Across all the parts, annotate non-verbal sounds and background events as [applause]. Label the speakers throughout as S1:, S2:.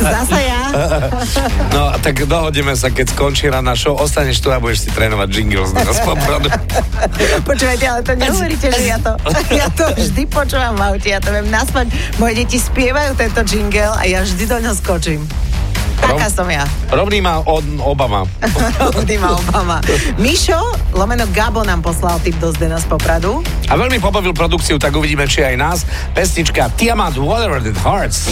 S1: Zasa ja.
S2: No, tak dohodneme sa, keď skončí rana show, ostaneš tu a budeš si trénovať jingle z nás popradu.
S1: Počúvajte, ale to neuveríte, že ja to, ja to vždy počúvam v aute, ja to viem naspäť. Moje deti spievajú tento jingle a ja vždy do ňa skočím. Taká som ja.
S2: Rovný má on Obama.
S1: Dima Obama. Mišo, lomeno Gabo nám poslal tip do Zdena z Popradu.
S2: A veľmi pobavil produkciu, tak uvidíme, či aj nás. Pesnička Tiamat Whatever That Hearts.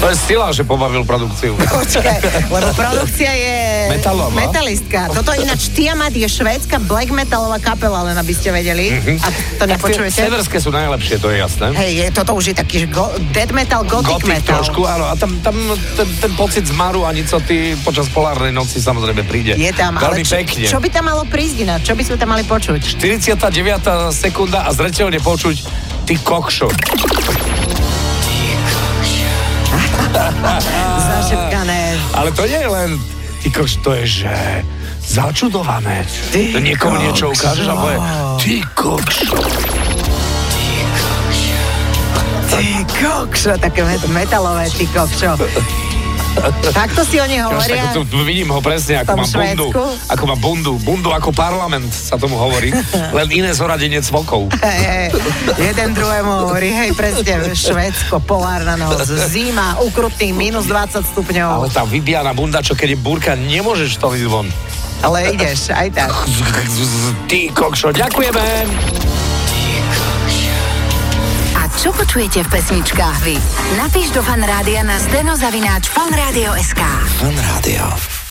S2: To je sila, že pobavil produkciu.
S1: Počkaj, lebo produkcia je...
S2: Metalová.
S1: Metalistka. Toto ináč Tiamat je švédska black metalová kapela, len aby ste vedeli. A to nepočujete.
S2: Severské sú najlepšie, to je jasné.
S1: Hej, je, toto už je taký že go, dead metal, gothic,
S2: Gothic
S1: metal.
S2: trošku, áno. A tam, tam ten, ten pocit zmaru a nicoty počas polárnej noci samozrejme príde.
S1: Je tam, ale
S2: Veľmi
S1: čo,
S2: pekne.
S1: čo by tam malo prísť ináč? Čo by sme tam mali počuť?
S2: 49. sekunda a zreteľne počuť ty kokšo.
S1: Zašepkané.
S2: Ale to nie je len ty kokš, to je že začudované.
S1: Ty
S2: Ty Niekomu niečo
S1: kokšo.
S2: ukážeš a povie ty kokšo.
S1: Ty kokšo, také met- metalové ty kokšo. Takto si oni
S2: Až
S1: hovoria.
S2: tak, tu, tu vidím ho presne,
S1: tom
S2: ako má bundu.
S1: Švédsku?
S2: Ako má bundu. Bundu ako parlament sa tomu
S1: [laughs]
S2: hovorí. Len iné zoradenie cvokov.
S1: Hej, hej. Jeden druhému hovorí, hej, presne, Švedsko, polárna noc, zima, ukrutný, minus 20 stupňov,
S2: Ale tá vybiana bunda, čo keď je búrka, nemôžeš to vyť von.
S1: ale ideš, aj tak.
S2: Ty kokšo, ďakujeme.
S3: A čo počujete v pesničkách vy? Napíš do fan rádia na steno zavináč fanradio.sk.
S2: Fan Radio.